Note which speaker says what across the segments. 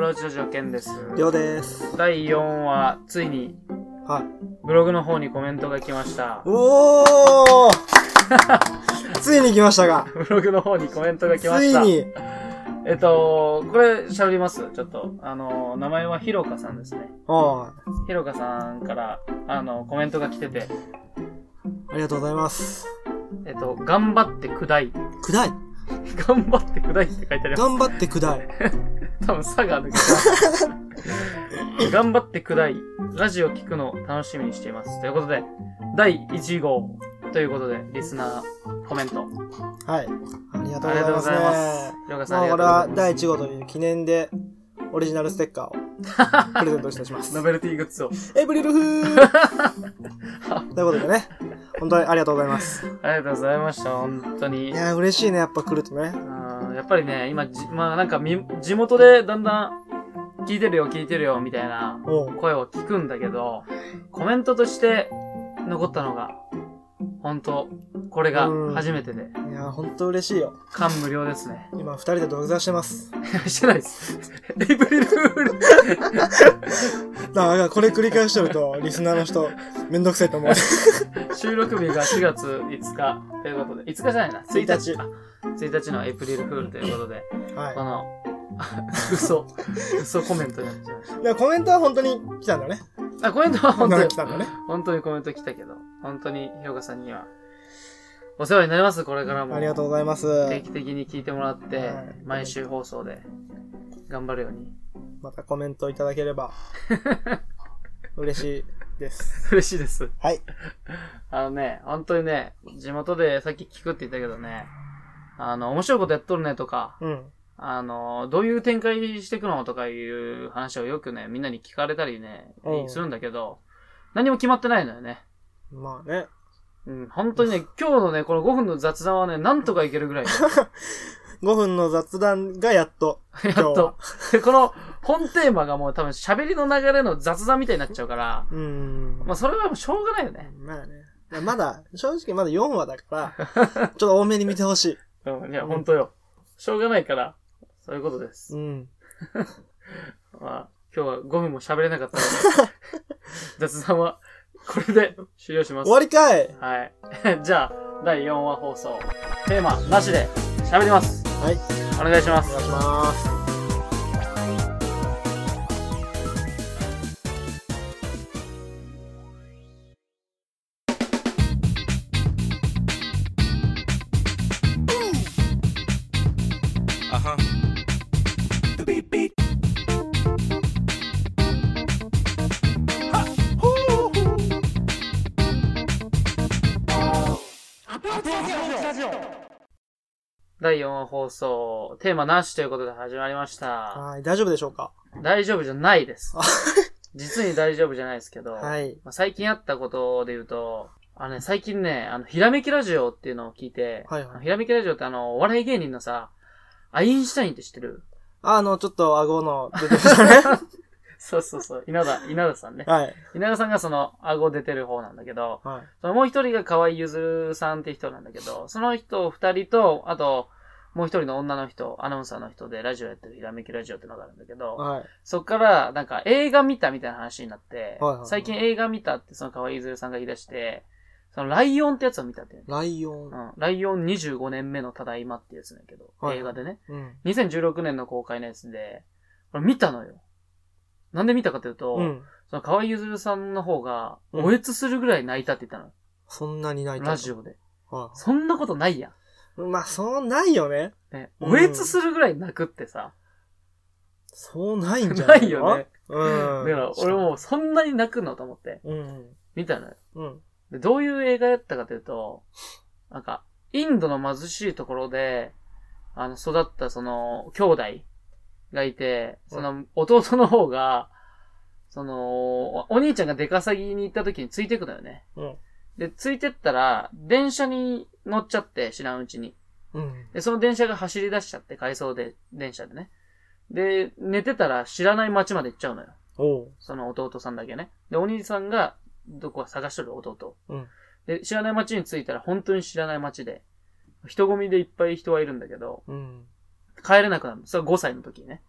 Speaker 1: のうちの条件です。
Speaker 2: りょうです。
Speaker 1: 第4話、ついに
Speaker 2: はい。
Speaker 1: ブログの方にコメントが来ました。
Speaker 2: おー ついに来ましたが。
Speaker 1: ブログの方にコメントが
Speaker 2: つ
Speaker 1: 来まし
Speaker 2: い
Speaker 1: た。
Speaker 2: に。
Speaker 1: えっと、これ喋りますちょっと。あの、名前はひろかさんですね。
Speaker 2: は
Speaker 1: ひろかさんから、あの、コメントが来てて、
Speaker 2: い。ありがとうございます。
Speaker 1: えっと、頑張ってくだい。
Speaker 2: くだい。
Speaker 1: 頑張ってくだいって書いてあります。
Speaker 2: 頑張ってくだい。
Speaker 1: 多分差があるけど。 頑張ってくだい。ラジオ聞くの楽しみにしています。ということで、第1号ということで、リスナーコメント。
Speaker 2: はい。ありがと
Speaker 1: あ
Speaker 2: う
Speaker 1: りが
Speaker 2: ござ
Speaker 1: と
Speaker 2: いう
Speaker 1: ご
Speaker 2: ます
Speaker 1: ざ
Speaker 2: ね
Speaker 1: い。ます。りょうかさん、
Speaker 2: ま
Speaker 1: あ
Speaker 2: あ、
Speaker 1: りが
Speaker 2: こ
Speaker 1: と
Speaker 2: れ
Speaker 1: うご
Speaker 2: は
Speaker 1: ざい
Speaker 2: 第1号という記念で、オリジナルステッカーを プレゼントいたしま
Speaker 1: ます。
Speaker 2: す
Speaker 1: ノ。ベルティグッズを。
Speaker 2: エブリルフー ということでね、本当にありがとうございます。
Speaker 1: ありがとうございました、本当に
Speaker 2: い。やー、嬉しいね、やっぱ来るとね。
Speaker 1: うんやっぱりね、今、じまあなんかみ、地元でだんだん、聞いてるよ、聞いてるよ、みたいな
Speaker 2: おう
Speaker 1: 声を聞くんだけど、コメントとして残ったのが、本当これが初めてで、
Speaker 2: いやー、ほんと嬉しいよ。
Speaker 1: 感無量ですね。
Speaker 2: 今、二人で土下座してます。
Speaker 1: してないです。エイプリルフール。
Speaker 2: だから、これ繰り返してると、リスナーの人、めんどくさいと思う。
Speaker 1: 収録日が4月5日ということで、5日じゃないな、1日。
Speaker 2: 1日
Speaker 1: あ1日のエイプリルフールということで、
Speaker 2: はい。
Speaker 1: この、 嘘、嘘コメントになっちゃいまし
Speaker 2: だからコメントは本当に来たんだね。
Speaker 1: た。あ、コメントは本当
Speaker 2: 女が
Speaker 1: に
Speaker 2: 来、たんだね。
Speaker 1: 本当にコメント来たけど、本当にひろかさんには、お世話になります、これからも。
Speaker 2: ありがとうございます。
Speaker 1: 定期的に聞いてもらって、
Speaker 2: はい
Speaker 1: 毎週放送で、頑張る ように。
Speaker 2: またコメントいただけれ ば、嬉しいです。
Speaker 1: 嬉しいです。
Speaker 2: はい。
Speaker 1: あのね、本当にね、地元でさっき聞くって言ったけどね、あの、面白いことやっとるねとか、
Speaker 2: うん。
Speaker 1: あの、どういう展開していくのとかいう話をよくね、みんなに聞かれたりね
Speaker 2: う、ん
Speaker 1: するんだけど、何も決まってないのよね。
Speaker 2: まあね。
Speaker 1: うん、本当にね、今日のね、この5分の雑談はね、なんとかいけるぐらい。
Speaker 2: 5分の雑談がやっと、
Speaker 1: やっ
Speaker 2: 今日は
Speaker 1: と。で、この本テーマがもう多分喋りの流れの雑談みたいになっちゃうから、
Speaker 2: うーん。
Speaker 1: まあそれはもうしょうがないよね。
Speaker 2: まあね。まだ、正直まだ4話だ から、ちょっと多めに見てほし
Speaker 1: うん、いや、本当よ。しょうがないから、そういうことです
Speaker 2: い。う。ん。
Speaker 1: まあ、今日は5分も喋れなかったの で、雑談はこれで終了します。
Speaker 2: 終わりかい
Speaker 1: はい。 じゃあ、第4話放送、テーマなしで喋ります。
Speaker 2: はい。
Speaker 1: お願いします
Speaker 2: お。願いします。
Speaker 3: Uh huh. The beat beat. Hey
Speaker 1: 第4話放送、テーマなしということで始まりました。
Speaker 2: はい、大丈夫でしょうか
Speaker 1: 大丈夫じゃないです。 実に大丈夫じゃないですけど、
Speaker 2: はい。
Speaker 1: まあ最近あったことで言うと、あのね、最近ね、あの、ひらめきラジオっていうのを聞いて、
Speaker 2: はいはい
Speaker 1: ひらめきラジオってあの、お笑い芸人のさ、アインシュタインって知ってる
Speaker 2: あの、ちょっと顎の出てきた ね。
Speaker 1: そうそうそう、稲田、稲田さんね。
Speaker 2: はい。
Speaker 1: 稲田さんがその、顎出てる方なんだけど、
Speaker 2: はい。
Speaker 1: そのもう一人が河合ゆずるさんって人なんだけど、その人二人と、あと、もう一人の女の人、アナウンサーの人でラジオやってるひらめきラジオってのがあるんだけど、
Speaker 2: はい。
Speaker 1: そっから、なんか映画見たみたいな話になって、
Speaker 2: はいはいはい
Speaker 1: 最近映画見たってその河合ゆずるさんが言い出して、そのライオンってやつを見たって、
Speaker 2: ライオン
Speaker 1: う。ん、ライオン25年目のただいまってやつだけど、
Speaker 2: はい
Speaker 1: 映画でね。
Speaker 2: うん。
Speaker 1: 2016年の公開のやつで、これ見たのよ。なんで見たかというと、
Speaker 2: うん。
Speaker 1: その河合ゆずるさんの方が、
Speaker 2: うん
Speaker 1: おえつするぐらい泣いたって言ったの。
Speaker 2: そんなに泣いたと
Speaker 1: ラジオで。
Speaker 2: は
Speaker 1: そんなことないや
Speaker 2: い。まあ、そうないよね。
Speaker 1: ん。ね、
Speaker 2: うん
Speaker 1: おえつするぐらい泣くってさ、
Speaker 2: そうないんじゃな
Speaker 1: ないいよね。。
Speaker 2: うん。
Speaker 1: だから俺。もうそんなに泣くのと思って、
Speaker 2: うん。
Speaker 1: 見たのよ。
Speaker 2: うん。
Speaker 1: で、どういう映画やったかというと、なんか、インドの貧しいところで、あの、育ったその、兄弟がいて、その、弟の方が、その、おお兄ちゃんが出稼ぎに行った時についてくのよね。
Speaker 2: うん
Speaker 1: で、ついてったら、電車に乗っちゃって、知らんうちに。
Speaker 2: うん。
Speaker 1: で、その電車が走り出しちゃって、回送で、電車でね。で、寝てたら知らない町まで行っちゃうのよ。
Speaker 2: おう。
Speaker 1: その弟さんだけね。で、お兄さんが、どこか探しとる弟。
Speaker 2: うん
Speaker 1: で、知らない町に着いたら、本当に知らない町で、人混みでいっぱい人はいるんだけど、
Speaker 2: うん。
Speaker 1: 帰れなくなるの。それは5歳の時ね。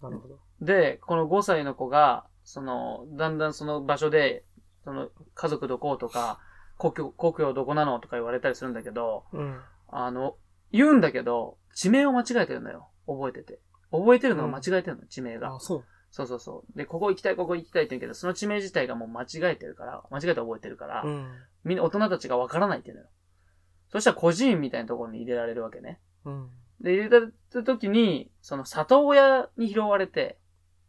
Speaker 2: なるほど。
Speaker 1: で、この5歳の子が、その、だんだんその場所で、その、家族どこうとか、故郷、故郷どこなのとか言われたりするんだけど、
Speaker 2: うん。
Speaker 1: あの、言うんだけど、地名を間違えてるのよ。覚えてて。覚えてるのを間違えてるの、地名が。
Speaker 2: あ、そう。
Speaker 1: そうそうそう。で、ここ行きたい、ここ行きたいって言うけど、その地名自体がもう間違えてるから、間違えて覚えてるから、
Speaker 2: うん。
Speaker 1: みんな大人たちがわからないっていうのよ。そしたら孤児院みたいなところに入れられるわけね。
Speaker 2: うん。
Speaker 1: で、入れた時に、その里親に拾われて、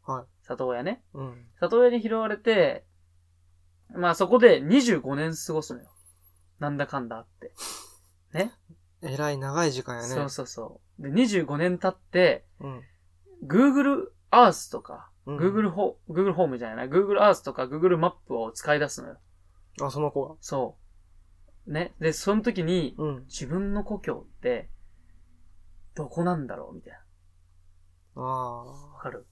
Speaker 2: はい。
Speaker 1: 里親ね。
Speaker 2: うん。
Speaker 1: 里親に拾われて、まあそこで25年過ごすのよ。なんだかんだあって。
Speaker 2: えらい長い時間やね。
Speaker 1: そうそうそう。で、25年経って、
Speaker 2: うん。
Speaker 1: Google Earth とか、
Speaker 2: うん。
Speaker 1: Google ホ、Google ホームじゃないな、Google Earth とか Google マップを使い出すのよ。
Speaker 2: あ、その子が。
Speaker 1: そう。ね。で、その時に、
Speaker 2: うん。
Speaker 1: 自分の故郷って、どこなんだろうみたいな。
Speaker 2: あ
Speaker 1: わかる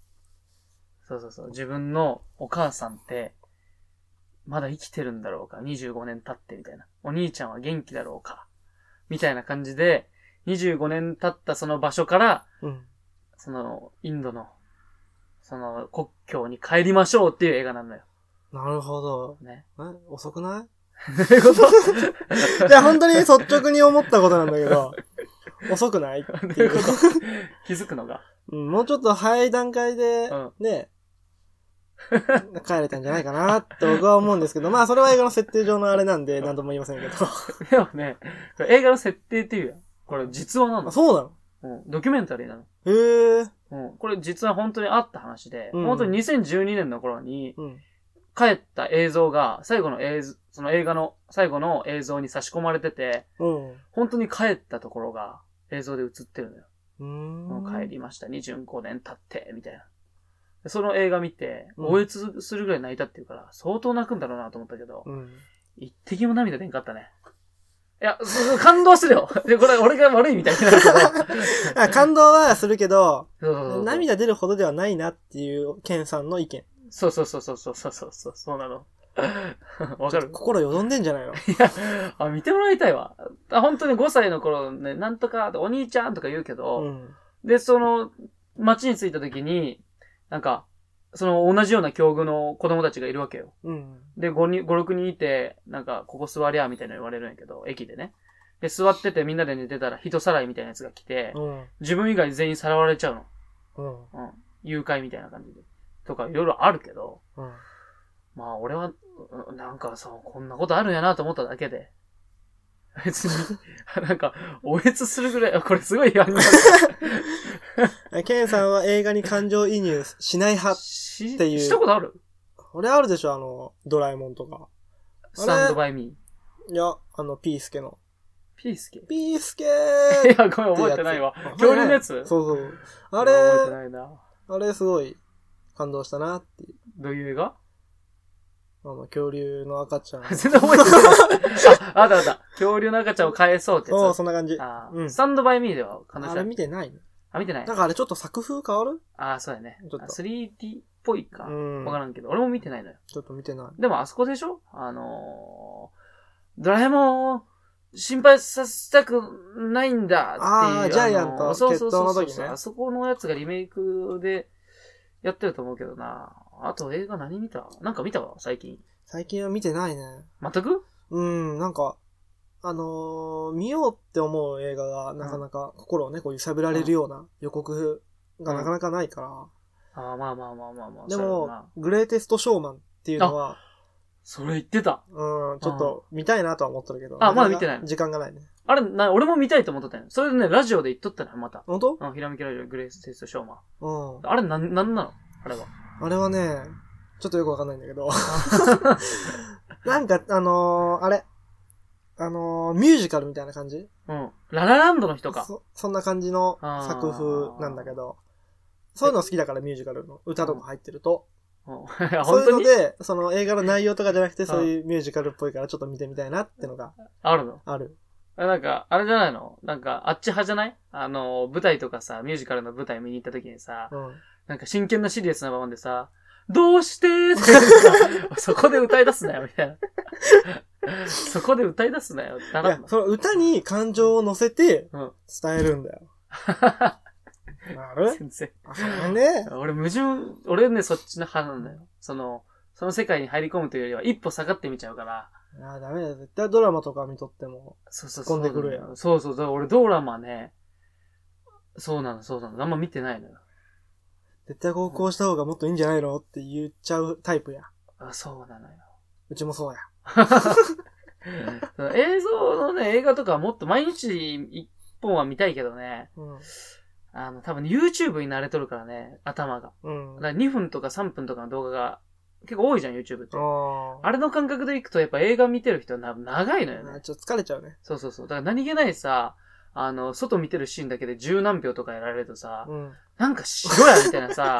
Speaker 1: そうそうそう。自分のお母さんって、まだ生きてるんだろうか ?25 年経ってみたいな。お兄ちゃんは元気だろうかみたいな感じで、25年経ったその場所から、
Speaker 2: あ。うん。
Speaker 1: その、インドの、その、国境に帰りましょうっていう映画なんだよ。
Speaker 2: なるほど。
Speaker 1: ね。
Speaker 2: え、遅くない
Speaker 1: どういうこと
Speaker 2: いや、本当に率直に思ったことなんだけど、遅くないって
Speaker 1: どう
Speaker 2: い
Speaker 1: いううこ
Speaker 2: こと
Speaker 1: 気づくのが。
Speaker 2: うん、もうちょっと早い段階で
Speaker 1: うん、
Speaker 2: ね、帰れたんじゃないかなって僕は思うんですけど、まあそれは映画の設定上のあれなんで何とも言いませんけど。
Speaker 1: でもね、これ映画の設定っていうやん。これ実話な
Speaker 2: あ
Speaker 1: の。
Speaker 2: そうなの
Speaker 1: うん、ドキュメンタリーなの。
Speaker 2: へえ。
Speaker 1: うん、これ実は本当にあった話で、
Speaker 2: うん
Speaker 1: 本当に2012年の頃に
Speaker 2: うん。
Speaker 1: 帰った映像が、最後の映像、その映画の最後の映像に差し込まれてて、
Speaker 2: うん。う
Speaker 1: 本当に帰ったところが映像で映ってるのよ。
Speaker 2: ーん。
Speaker 1: もう帰りました。25年経って、みたいな。でその映画見て、
Speaker 2: うん
Speaker 1: 応援するぐらい泣いたっていうから、相当泣くんだろうなと思ったけど、
Speaker 2: うん。
Speaker 1: 一滴も涙出んかったね。いや、そそ感動するよ。 で、これ俺が悪いみたいになるけど。
Speaker 2: あ感動はするけど、
Speaker 1: そうそうそう
Speaker 2: 涙出るほどではないなっていう、ケンさんの意見。
Speaker 1: そうそうそうそうそうそうそうそう、そうなの。 わかる
Speaker 2: 心よどんでんじゃないの
Speaker 1: いや、あ、見てもらいたいわ。あ本当に5歳の頃ね、なんとか、お兄ちゃんとか言うけ
Speaker 2: う
Speaker 1: ど、
Speaker 2: ん。
Speaker 1: で、その、街に着いた時に、なんか、その同じような境遇の子供たちがいるわけよ。
Speaker 2: うん。
Speaker 1: で、5、五6人いて、なんか、ここ座りゃ、みたいなの言われるんやけど、駅でね。で、座っててみんなで寝てたら人さらいみたいなやつが来て
Speaker 2: う、ん。
Speaker 1: 自分以外全員さらわれちゃうの。
Speaker 2: うん。
Speaker 1: うん。誘拐みたいな感じで。とか、いろいろあるけど、
Speaker 2: うん。
Speaker 1: まあ俺は、うなんかさ、こんなことあるんやなと思っただけで。 別に、 なんか、おえつするぐらい、これすごいやんな。
Speaker 2: えケンさんは映画に感情移入しない派。
Speaker 1: し
Speaker 2: っていう
Speaker 1: したことある
Speaker 2: これあるでしょあの、ドラえもんとか。
Speaker 1: スタンドバイミー。
Speaker 2: いや、あの、ピースケの。
Speaker 1: ピースケい
Speaker 2: ピースケ
Speaker 1: や
Speaker 2: ー、
Speaker 1: ごめん、覚えてないわ。
Speaker 2: 覚えてない
Speaker 1: 恐竜のやつ
Speaker 2: そうそう。あ
Speaker 1: 覚えて
Speaker 2: れ、
Speaker 1: ないな。
Speaker 2: あれすごい感動したなっていう。
Speaker 1: どういう映画
Speaker 2: あの、恐竜の赤 ちゃん。
Speaker 1: 全然覚えてない。あ、あったあった。恐竜の赤ちゃんを返そうってやつ。
Speaker 2: そう、そんな感じ。
Speaker 1: あー
Speaker 2: うん
Speaker 1: スタンドバイミーでは彼
Speaker 2: あ
Speaker 1: 女
Speaker 2: れ
Speaker 1: は
Speaker 2: 見てない
Speaker 1: あ、見てない
Speaker 2: なん。かあれちょっと作風変わる
Speaker 1: あー、そうだね
Speaker 2: ちょっ。と
Speaker 1: あ 3D っぽいか。
Speaker 2: う
Speaker 1: わ
Speaker 2: ん。
Speaker 1: からんけど、俺も見てないのよ。
Speaker 2: ちょっと見てない。
Speaker 1: でもあそこでしょあのー、ドラえもんを心配させたくないんだっていう。
Speaker 2: あージャイアンと
Speaker 1: のーそうそうそうそう
Speaker 2: 決闘の時ね
Speaker 1: あそこのやつがリメイクでやってると思うけどな。あと映画何見たなんか見たわ、最近。
Speaker 2: 最近は見てないね。
Speaker 1: 全く
Speaker 2: うん、なんか、あのー見ようって思う映画がなかなか心をね、こう揺さぶられるような予告がなかなかないから。
Speaker 1: ああ、まあまあまあまあまあ。
Speaker 2: で
Speaker 1: そうやろう
Speaker 2: も
Speaker 1: な、
Speaker 2: グレイテストショーマンっていうのは、
Speaker 1: それ言ってた。
Speaker 2: うん、ちょっと見たいなとは思ってるけど。
Speaker 1: あまだ
Speaker 2: かか
Speaker 1: 見てないの
Speaker 2: 時間がないね。
Speaker 1: あれ、な、俺も見たいと思ってたよ。それでね、ラジオで言っとったのよ、また。
Speaker 2: 本当
Speaker 1: うん、ひらめきラジオ、グレーステストショーマン。
Speaker 2: う
Speaker 1: あれ、なん、なんなのあれは。
Speaker 2: ん。あれはね、ちょっとよくわかんないんだけど。 なんか、あのーあれ。あのーミュージカルみたいな感じ
Speaker 1: うん。ララランドの人か。
Speaker 2: そそんな感じの
Speaker 1: あー
Speaker 2: 作風なんだけど。そういうの好きだから、ミュージカルの歌とか入ってると。
Speaker 1: うん いや
Speaker 2: そ
Speaker 1: 本
Speaker 2: ういう
Speaker 1: 当
Speaker 2: の
Speaker 1: に
Speaker 2: で、その映画の内容とかじゃなくて、そういうミュージカルっぽいからちょっと見てみたいなってのが
Speaker 1: あるの
Speaker 2: ある。
Speaker 1: あなんか、あれじゃないのなんか、あっち派じゃないあの、舞台とかさ、ミュージカルの舞台見に行った時にさ、
Speaker 2: うん。
Speaker 1: なんか真剣なシリアスな場面でさ、どうしてー ってそこで歌い出すなよ、みたいな。そこで歌い出すなよ、だ
Speaker 2: い
Speaker 1: ら
Speaker 2: や、その歌に感情を乗せて
Speaker 1: うん
Speaker 2: 伝えるんだよ。なる
Speaker 1: 全然。
Speaker 2: あ、それね。
Speaker 1: 俺矛盾、俺ね、そっちの派なんだよ。その、その世界に入り込むというよりは、一歩下がってみちゃうから。
Speaker 2: あダメだ。絶対ドラマとか見とっても。
Speaker 1: そうそう
Speaker 2: 突っ込んでくるやん
Speaker 1: そうそうそうだから俺ドラマね、そうなの、そうなの。あんま見てないのよ。
Speaker 2: 絶対こうこうした方がもっといいんじゃないのって言っちゃうタイプや。
Speaker 1: あ、そうなのよ。
Speaker 2: うちもそうや。
Speaker 1: その映像のね、映画とかはもっと毎日一本は見たいけどね。
Speaker 2: う
Speaker 1: あの、多分 YouTube に慣れとるからね、頭が。
Speaker 2: ん。うん。
Speaker 1: だから2分とか3分とかの動画が結構多いじゃん、YouTube って。
Speaker 2: あ
Speaker 1: あれの感覚でいくと、やっぱ映画見てる人はな長いのよ
Speaker 2: あ。
Speaker 1: ね。
Speaker 2: ちょっと疲れちゃうね。
Speaker 1: そうそうそう。だから何気ないさ、あの、外見てるシーンだけで十何秒とかやられるとさ、
Speaker 2: うん。
Speaker 1: なんかしろやみたいな さ、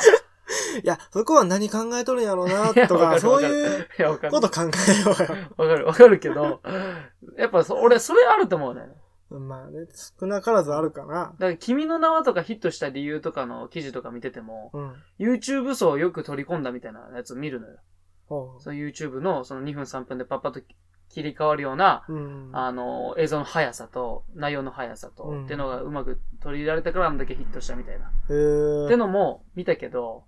Speaker 2: いや、そこは何考えとるんやろうな、と
Speaker 1: いやわ
Speaker 2: か、
Speaker 1: るわ
Speaker 2: そう
Speaker 1: る
Speaker 2: いう
Speaker 1: いや、わかる
Speaker 2: こ。と考えようよ。
Speaker 1: わかる、わかるけど、やっぱそ、俺、それあると思うね。
Speaker 2: うん まあね、少なからずあるかな。
Speaker 1: だから、君の名はとかヒットした理由とかの記事とか見てても、
Speaker 2: うん。
Speaker 1: YouTube 層をよく取り込んだみたいなやつを見るのよ。
Speaker 2: ほ
Speaker 1: その YouTube のその2分3分でパッパッと切り替わるような、
Speaker 2: う。うん。
Speaker 1: あの、映像の速さと、内容の速さと、
Speaker 2: うん
Speaker 1: ってのがうまく取り入れられたからあんだけヒットしたみたいな。
Speaker 2: へ
Speaker 1: って
Speaker 2: え。
Speaker 1: のも見たけど、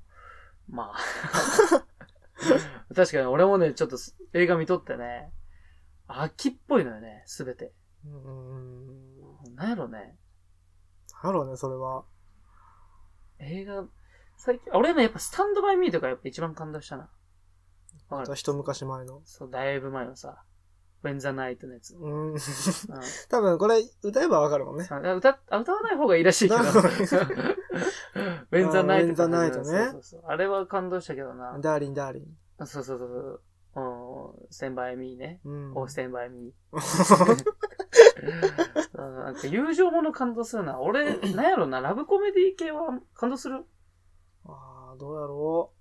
Speaker 1: まあ。 確かに俺もね、ちょっと映画見とってね、秋っぽいのよね、すべて。
Speaker 2: うん。
Speaker 1: なんやろね。
Speaker 2: なんだろうね、それは。
Speaker 1: 映画、最近、俺ね、やっぱスタンドバイミーとかやっぱ一番感動したな。わかる
Speaker 2: 一昔前の。
Speaker 1: そう、だいぶ前のさ、ウェンザナイトのやつ。
Speaker 2: うん。
Speaker 1: うん
Speaker 2: 多分これ、歌えばわかるもんね。
Speaker 1: あ歌っ、あ歌わない方がいいらしいけど。ウ
Speaker 2: 歌わ ない
Speaker 1: ェンザナイト。
Speaker 2: ウェンザナイトね
Speaker 1: そうそうそう。あれは感動したけどな。
Speaker 2: ダーリン、ダーリン。
Speaker 1: あそうそうそうそう。うん、ステンバイミーね。
Speaker 2: うん。
Speaker 1: オーステンバイ ミー。うんなんか友情もの感動するな。俺、なんやろな、ラブコメディ系は感動する
Speaker 2: ああ、どうやろ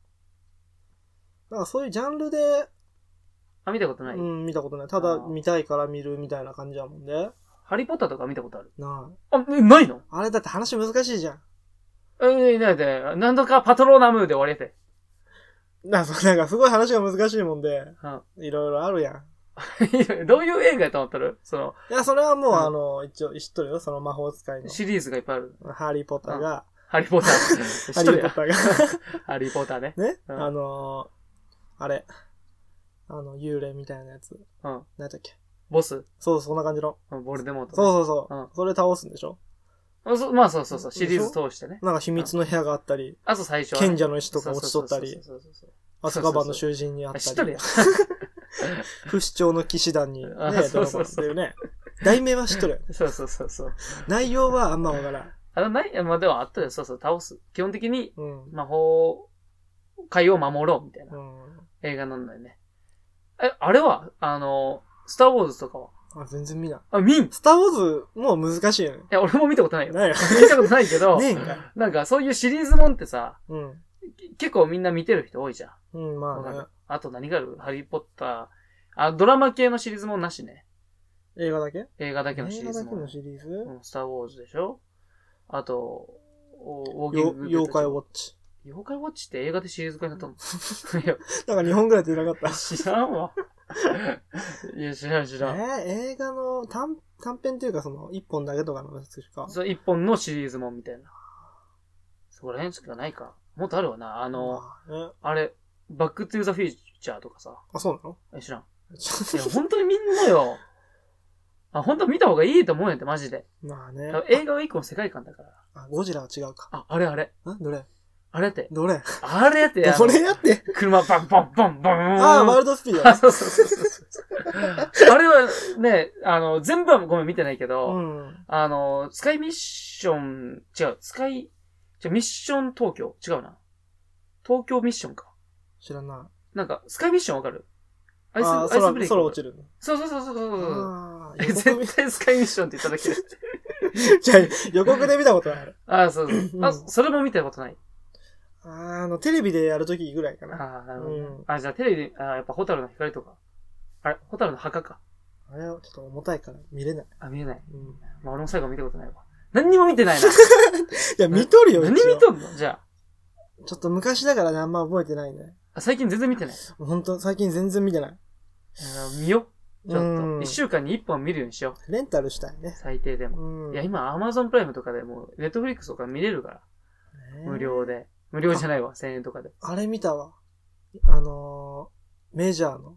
Speaker 2: う。なんかそういうジャンルで、
Speaker 1: あ、見たことない。
Speaker 2: うん、見たことない。ただ
Speaker 1: あー
Speaker 2: 見たいから見るみたいな感じだもんね。
Speaker 1: ハリーポッターとか見たことある
Speaker 2: な
Speaker 1: あ、えないの
Speaker 2: あ。あれだって話難しいじゃん。
Speaker 1: え、ないで、なんとかパトローナムーで終わりやて。
Speaker 2: な、そう、 なんかすごい話が難しいもんで、
Speaker 1: うん
Speaker 2: いろいろあるやん。
Speaker 1: どういう映画やと思ってるその、
Speaker 2: いや、それはもう、
Speaker 1: うん
Speaker 2: あの、一応知っとるよ、その魔法使い
Speaker 1: シリーズがいっぱいある。
Speaker 2: の。ハリーポッターが、
Speaker 1: ハリーポッター。知
Speaker 2: ハ
Speaker 1: っ
Speaker 2: リ
Speaker 1: とる
Speaker 2: ーポ
Speaker 1: やん
Speaker 2: ッターが、
Speaker 1: ハリーポッターね。
Speaker 2: ね、
Speaker 1: うん
Speaker 2: あのー、あれ、あの、幽霊みたいなやつ、
Speaker 1: うん。
Speaker 2: なんだっけ。
Speaker 1: ボス、
Speaker 2: そう、そんな感じの。
Speaker 1: うんボルデモート。
Speaker 2: そう
Speaker 1: う
Speaker 2: そうそう。
Speaker 1: うん
Speaker 2: それ倒すんでしょ
Speaker 1: そう。まあそうそうそう、シリーズ通してね。
Speaker 2: なんか秘密の部屋があったり、
Speaker 1: あと最初はね。
Speaker 2: 賢者の石とか落ちとったり、
Speaker 1: そうそうそうそう
Speaker 2: アスカバンの囚人にあ
Speaker 1: そう。
Speaker 2: っ
Speaker 1: あ、知ったと
Speaker 2: り
Speaker 1: るや、ん。
Speaker 2: 不死鳥の騎士団に、ね、ド
Speaker 1: あ
Speaker 2: ラマって
Speaker 1: そうそうそう
Speaker 2: いうね。題名は知っとる。
Speaker 1: そうそうそうそう。
Speaker 2: 内容はあんまわからん。
Speaker 1: あの、ない、まあでもあったよ、そうそう、倒す。基本的に
Speaker 2: うん。
Speaker 1: 魔法界を守ろうみたいな
Speaker 2: うん。
Speaker 1: 映画なんだよね。え、あれは、あの、スターウォーズとかは
Speaker 2: あ、全然見ない。
Speaker 1: あ、見んい
Speaker 2: スターウォーズ、もう難しいよね。
Speaker 1: や、俺も見たことないよ。
Speaker 2: ないよ。
Speaker 1: 見たことないけど、
Speaker 2: ねえんかい。
Speaker 1: なんかそういうシリーズもんってさ、
Speaker 2: うん。
Speaker 1: き結構みんな見てる人多いじゃん。
Speaker 2: うん、ま
Speaker 1: わかる
Speaker 2: あ
Speaker 1: あと何があるハリーポッター。あ、ドラマ系のシリーズもんなしね。
Speaker 2: ね。映画だけ
Speaker 1: 映画だ
Speaker 2: 映
Speaker 1: け
Speaker 2: 画
Speaker 1: のシリーズ
Speaker 2: だけ
Speaker 1: もん。
Speaker 2: のシリーズ
Speaker 1: うん、スターウォーズでしょあと、おウォーキ
Speaker 2: よ
Speaker 1: ングデッド
Speaker 2: 妖怪ウォッチ。
Speaker 1: 妖怪ウォッチって映画でシリーズ化になった のいや、
Speaker 2: なんか日本ぐらい出なかった。
Speaker 1: 知らんわ。いや、知らん知
Speaker 2: え
Speaker 1: らん。
Speaker 2: ー映画の短短編っていうかその一本だけとかのやつしか。
Speaker 1: そう、一本のシリーズもんみたいな。そこら辺しかないか。もっとあるわな。あの、
Speaker 2: あーえ
Speaker 1: あれ、バックトゥーザフューチャーとかさ。
Speaker 2: あ、そうなの
Speaker 1: え知らん。
Speaker 2: ち
Speaker 1: い
Speaker 2: ょ
Speaker 1: や、
Speaker 2: っ
Speaker 1: 本当にみんなよ。あ、本当見た方がいいと思うよって、マジで。
Speaker 2: とまあね。
Speaker 1: 映画は一個の世界観だから。
Speaker 2: あ、ゴジラは違うか。
Speaker 1: あ、あれあれ。
Speaker 2: んどれ
Speaker 1: あれやって。
Speaker 2: どれ
Speaker 1: あれやって。 あの
Speaker 2: どれやって。
Speaker 1: 車バンバンバンバン。
Speaker 2: ああ、ワールドスピード
Speaker 1: あ、
Speaker 2: だ。
Speaker 1: そうそうそうそう。あれはね、あの、全部はごめん見てないけど、
Speaker 2: うん。
Speaker 1: あの、スカイミッション、違う、スカイ、じゃミッション東京、違うな。東京ミッションか。
Speaker 2: 知らな
Speaker 1: なんか、スカイミッションわかるア
Speaker 2: い。
Speaker 1: イス、
Speaker 2: あ
Speaker 1: ア
Speaker 2: あ、
Speaker 1: イスブレ
Speaker 2: 空、
Speaker 1: イク。
Speaker 2: 空落ちる。
Speaker 1: そうそうそうそうそうそう。
Speaker 2: ああ、
Speaker 1: え
Speaker 2: 予告見
Speaker 1: 絶対スカイミッションって言っただけで。
Speaker 2: じゃあ予告で見たことある。
Speaker 1: ああ、そうそうう。
Speaker 2: ん
Speaker 1: あ、それも見たことない。
Speaker 2: あーあの、テレビでやるときぐらいかな。
Speaker 1: ああ、なるほどね
Speaker 2: うん。
Speaker 1: あ、じゃあテレビで、ああ、やっぱホタルの光とか。あれ、ホタルの墓か。
Speaker 2: あれはちょっと重たいから見れない。
Speaker 1: あ、見えない。
Speaker 2: うん、い
Speaker 1: まあ俺も最後見たことないわ。何にも見て ないな。
Speaker 2: や、見とるよ、
Speaker 1: 何
Speaker 2: 一
Speaker 1: 見
Speaker 2: 応
Speaker 1: とんのじゃあ。
Speaker 2: ちょっと昔だからね、あんま覚えてないね。
Speaker 1: あ最近全然見て ない。
Speaker 2: ほんと、最近全然見てない。
Speaker 1: あー見よう。ちょ
Speaker 2: う
Speaker 1: っと。
Speaker 2: ん
Speaker 1: 一週間に一本見るようにしよ
Speaker 2: レンタルしたいね
Speaker 1: う。。最低でも。
Speaker 2: うん。
Speaker 1: いや、今、アマゾンプライムとかでもう、ネットフリックスとか見れるから。無。料で。無料じゃないわ、1000円とかで。
Speaker 2: あれ見たわ。あのー、メジャーの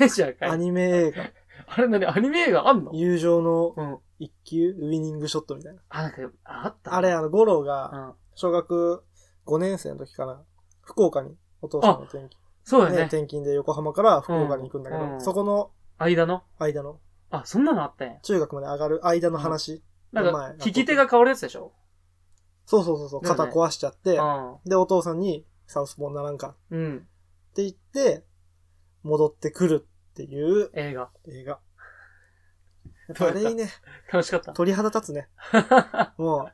Speaker 1: メジャーか
Speaker 2: ア
Speaker 1: い。
Speaker 2: ニメ映 画、
Speaker 1: あれ何アニメ映画あんの
Speaker 2: 友情の
Speaker 1: うん。
Speaker 2: 一球、ウィニングショットみたいな。
Speaker 1: あ、なんか、あった
Speaker 2: あれ、あの、ゴロ
Speaker 1: う
Speaker 2: が、
Speaker 1: ん。
Speaker 2: 小学5年生の時かな、福岡に、お父さんの転勤、
Speaker 1: そうだ
Speaker 2: ね
Speaker 1: よね。
Speaker 2: 転勤で横浜から福岡に行くんだけ
Speaker 1: うんうん
Speaker 2: ど、そこの
Speaker 1: 間の。
Speaker 2: 間の、
Speaker 1: あ、そんなのあったんや。
Speaker 2: 中学まで上がる間の話、
Speaker 1: なん
Speaker 2: 前
Speaker 1: か、聞き手が変わるやつでしょ
Speaker 2: そうそうそうそう、
Speaker 1: だよね
Speaker 2: 肩壊しちゃって、
Speaker 1: う
Speaker 2: で、お父さんに、サウスポーにならんか
Speaker 1: ん。うん。
Speaker 2: って言って、戻ってくるっていう
Speaker 1: 映画。
Speaker 2: 映画。やっ
Speaker 1: どう
Speaker 2: ぱ
Speaker 1: やっ
Speaker 2: あ
Speaker 1: た
Speaker 2: れいいね。
Speaker 1: 楽しか った。
Speaker 2: 鳥肌 立つね。も